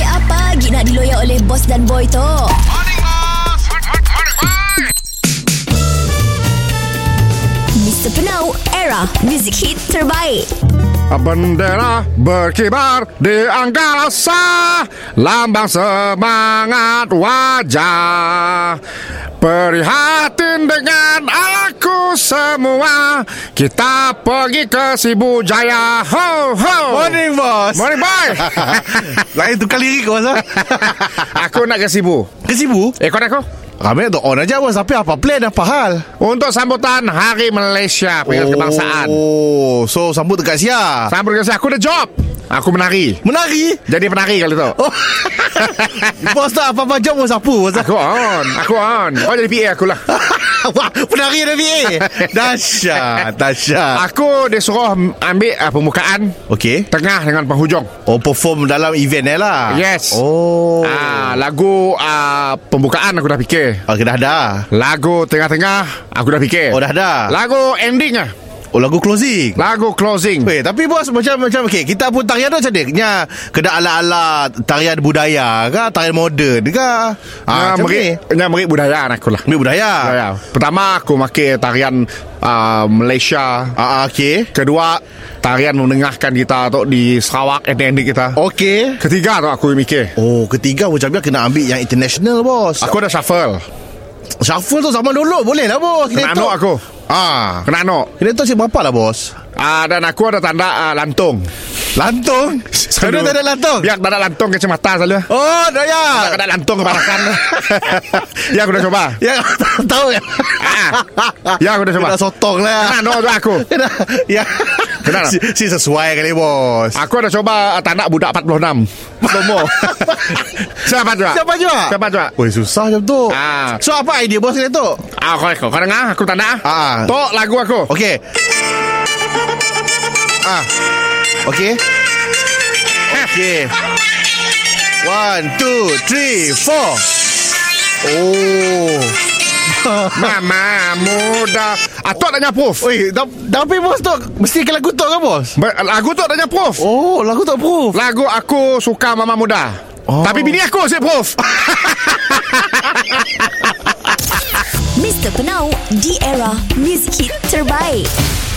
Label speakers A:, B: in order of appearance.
A: lagi nak diloyak oleh bos dan boy tu? Mr. Penau, era music hit terbaik.
B: Bendera berkibar di angkasa Lambang semangat wajah Perihatin dengan aku semua Kita pergi ke Sibu Jaya Ho ho
C: Morning, bos.
B: Morning boy
C: Lain tukar lirik kau, bos. ah.
B: Aku nak ke Sibu
C: Ke Sibu?
B: Eh kau nak aku?
C: Kami tu on aja, bos. Tapi apa plan, apa hal?
B: Untuk sambutan Hari Malaysia Peringkat oh. Kebangsaan
C: Oh, so sambut dekat Sia.
B: Sambut kasi aku ada job Aku menari
C: Menari.
B: Jadi penari kali tu
C: Oh. bos tak apa-apa job, bos. Apa, bos?
B: Aku on Aku on Kau jadi PA aku lah
C: Wah, penari dah VA. eh. Dahsyat, dahsyat.
B: Aku disuruh ambil uh, permukaan
C: Okey.
B: Tengah dengan penghujung
C: Oh, perform dalam event eh lah.
B: Yes.
C: Oh.
B: Ah, Lagu uh, pembukaan aku dah fikir
C: Okay, dah dah.
B: Lagu tengah-tengah Aku dah fikir
C: Oh, dah dah.
B: Lagu ending lah
C: Oh, lagu closing.
B: Lagu closing
C: Weh, tapi bos macam macam okey, kita pun tarian tu macam dia. Nya kena ala-ala tarian budaya ke, tarian moden ke?
B: Ah,
C: Ah, macam ni. Ah.
B: merik, ni merik budaya anak aku lah
C: Ambil budaya.
B: budaya. Pertama aku pakai tarian uh, Malaysia
C: Ah, ah okey.
B: Kedua Tarian menengahkan kita tu Di Sarawak Ending-ending kita
C: Okey.
B: Ketiga tu aku mikir
C: Oh, ketiga macam dia kena ambil yang international bos.
B: Aku ada shuffle
C: shuffle tu zaman dulu boleh lah bos.
B: Kena anok aku
C: Ah.
B: Kena anok
C: Kena tu si berapa lah bos?
B: Ah, dan aku ada tanda ah, lantung
C: Lantung. Kena tak ada lantung.
B: Biar tak ada lantung kacamata selalu
C: Oh, daya.
B: Ya. Tak ada lantung kepanakan Ya aku dah coba
C: Ya, tak tahu ya.
B: ah. Ya aku dah coba
C: Kena sotong lah.
B: Kena anok tu aku
C: Kena Ya
B: Kena lah. tak?
C: si, si sesuai kali bos
B: Aku dah coba ah, tanda budak 46 Semua Siapa juga?
C: Siapa juga?
B: Siapa juga?
C: Oi susah macam tu
B: Ah.
C: So apa idea bos kena tu
B: Ah, kau, kau, kau dengar aku tanda
C: Ah.
B: Tok lagu aku
C: Okay Ah Okay Okay One, two, three, four Oh
B: Mama muda Ah, Tok tanya proof
C: Oi, tap- tapi bos tu Mesti ke lagu tu ke bos?
B: Ber- Lagu tu tanya proof
C: Oh, lagu tu approve
B: Lagu aku suka mama muda. Oh. Tapi bini aku asyik prof.
A: Mr. Penau, di era music hit terbaik.